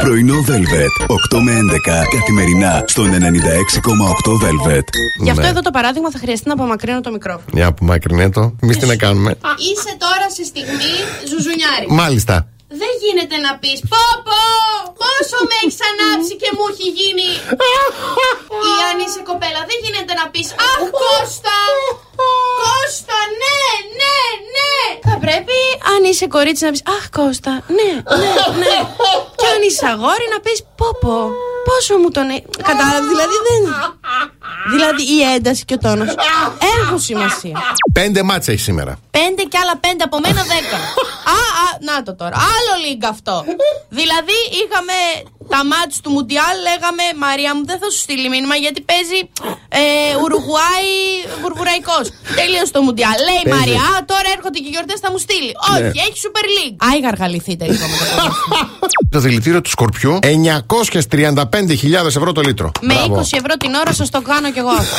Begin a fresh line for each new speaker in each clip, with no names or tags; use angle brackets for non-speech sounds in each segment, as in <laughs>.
Πρωινό Velvet. 8 με 11 καθημερινά στον 96,8 Velvet.
Γι' αυτό
Ναι.
εδώ το παράδειγμα θα χρειαστεί να απομακρύνω το μικρόφωνο.
Για που μακρινέ το. Εμείς τι να κάνουμε.
Είσαι τώρα σε στιγμή ζουζουνιάρη.
Μάλιστα.
Δεν γίνεται να πεις Πω πω! Πόσο με έχεις ανάψει και μου έχει γίνει. Ή αν είσαι κοπέλα, δεν γίνεται να πεις Αχ, Κώστα! Κώστα, ναι, ναι, ναι!
Θα πρέπει, αν είσαι κορίτσι, να πεις Αχ, Κώστα, ναι, ναι, ναι. και αν είσαι αγόρι, να πεις Πόπο. Πόσο μου τον. έ-» Κατάλαβες, δηλαδή δεν. δηλαδή η ένταση και ο τόνος έχουν σημασία.
Πέντε μάτσα έχει σήμερα.
Πέντε και άλλα πέντε από μένα <laughs> δέκα. α, α, να το τώρα. Άλλο λίγκα αυτό. δηλαδή είχαμε τα μάτια του Μουντιάλ, λέγαμε Μαρία μου, δεν θα σου στείλει μήνυμα γιατί παίζει ε, Ουρουγουάη Βουργουραϊκό. Τελείωσε το Μουντιάλ. Λέει
Παίζει.
Μαρία, α, τώρα έρχονται και οι γιορτές, θα μου στείλει. Όχι, έχει Super League. Άιγα αργαληθεί τελικά με το παιδί.
Το δηλητήριο του σκορπιού 935.000 ευρώ το λίτρο.
Με
Μπράβο.
20 ευρώ την ώρα σας το κάνω κι
<laughs>
εγώ. αυτό.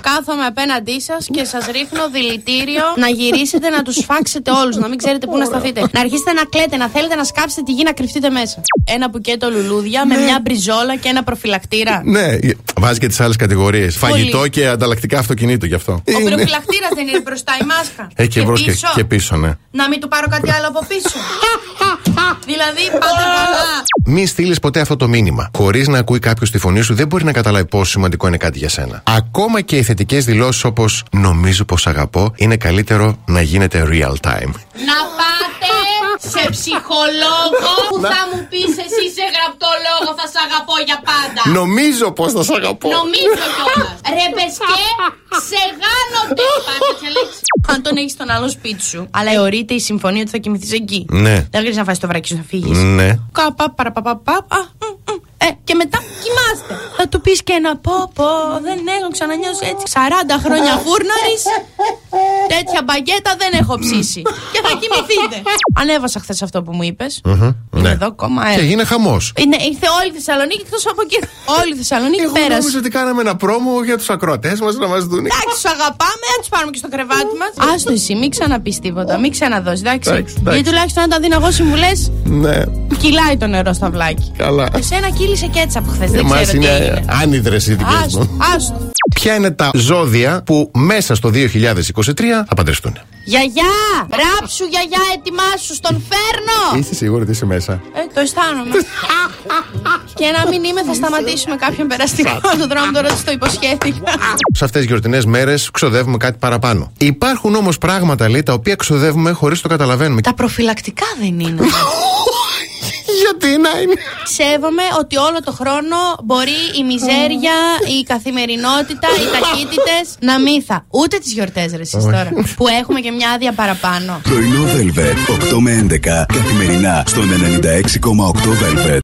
Κάθομαι απέναντί σας και σας ρίχνω δηλητήριο να γυρίσετε να τους φάξετε όλους, να μην ξέρετε πού να σταθείτε. Να αρχίσετε να κλαίτε, να θέλετε να σκάψετε τη γη να κρυφτείτε μέσα. Ένα μπουκέτο λουλούδια με μια μπριζόλα και ένα προφυλακτήρα.
<laughs> Ναι, βάζει και τις άλλες κατηγορίες. Φαγητό και ανταλλακτικά αυτοκινήτου γι' αυτό.
Ο
Είναι-
προφυλακτήρας δεν είναι μπροστά η μάσκα.
ναι. Ε, και, μπρος και, και πίσω, ναι.
Να μην του πάρω κάτι άλλο από
<laughs>
πίσω. δηλαδή πάντα καλά.
Μη στείλεις ποτέ αυτό το μήνυμα. Χωρίς να ακούει κάποιος τη φωνή σου, δεν μπορεί να καταλάβει πόσο σημαντικό είναι κάτι για σένα. Ακόμα και οι θετικές δηλώσεις όπως Νομίζω πως αγαπώ, είναι καλύτερο να γίνεται real time.
Να πάτε σε ψυχολόγο που θα μου πεις εσύ σε γραπτό λόγο θα σ' αγαπώ για πάντα.
Νομίζω πως θα σ' αγαπώ.
Νομίζω κιόλας. Ρε πεσκέ, σε γάνω το Πάτε λέξη.
Αν τον έχεις στον άλλο σπίτι σου, αλλά εωρείται η συμφωνία ότι θα κοιμηθείς εκεί.
Ναι.
Δεν χρειάζεται να φάσει το βρακί σου να φύγεις.
Ναι.
Καπα, παραπαπαπα. α, μ, μ. Ε, και μετά κοιμάστε. Θα του πεις και ένα πω, πω, δεν έχω ξανανιώσει έτσι. 40 χρόνια φούρναρης. Τέτοια μπαγκέτα δεν έχω ψήσει. και θα κοιμηθείτε. Ανέβασα χθες αυτό που μου είπες.
ναι.
Εδώ κόμμα
Και
ένα.
έγινε χαμός.
Είναι, ήρθε όλη η Θεσσαλονίκη εκτός από εκεί. Όλη η Θεσσαλονίκη
Εγώ
πέρασε.
νομίζω ότι κάναμε ένα πρόμο για τους ακροατές μας να μας δουν.
Εντάξει, τους αγαπάμε, αν τους πάρουμε και στο κρεβάτι μας. Άστο εσύ, μην ξαναπείς τίποτα, μην ξαναδώσεις, εντάξει.
Εντάξει, εντάξει.
Γιατί τουλάχιστον αν τα δίνω εγώ συμβουλές,
Ναι,
κυλάει το νερό στα βλάκι.
καλά.
Εσένα κύλησε κέτσα από χθες, δεν
Εμά
ξέρω τι
Ε, είναι <laughs>
έγινε.
άνυδρες οι δικές
Άστο,
μου.
άστο.
Ποια είναι τα ζώδια που μέσα στο 2023 θα παντρευτούν.
Γιαγιά, ράψου γιαγιά, ετοιμάσου, στον φέρνω.
Είστε σίγουροι ότι είσαι μέσα.
Ε, το αισθάνομαι. και να μην είμαι, θα σταματήσουμε κάποιον περαστικό στον δρόμο τώρα, της το υποσχέθηκα.
Σε αυτές τις γιορτινές μέρες ξοδεύουμε κάτι παραπάνω. Υπάρχουν όμως πράγματα, λέει, τα οποία ξοδεύουμε χωρίς το καταλαβαίνουμε.
Τα προφυλακτικά δεν είναι.
Γιατί να είναι.
Σέβομαι ότι όλο το χρόνο μπορεί η μιζέρια, η καθημερινότητα, οι ταχύτητες να μην θα. Ούτε τις γιορτές ρε εσείς τώρα. Που έχουμε και μια άδεια παραπάνω.
Πρωινό Velvet. 8 με 11 καθημερινά στον 96,8 Velvet.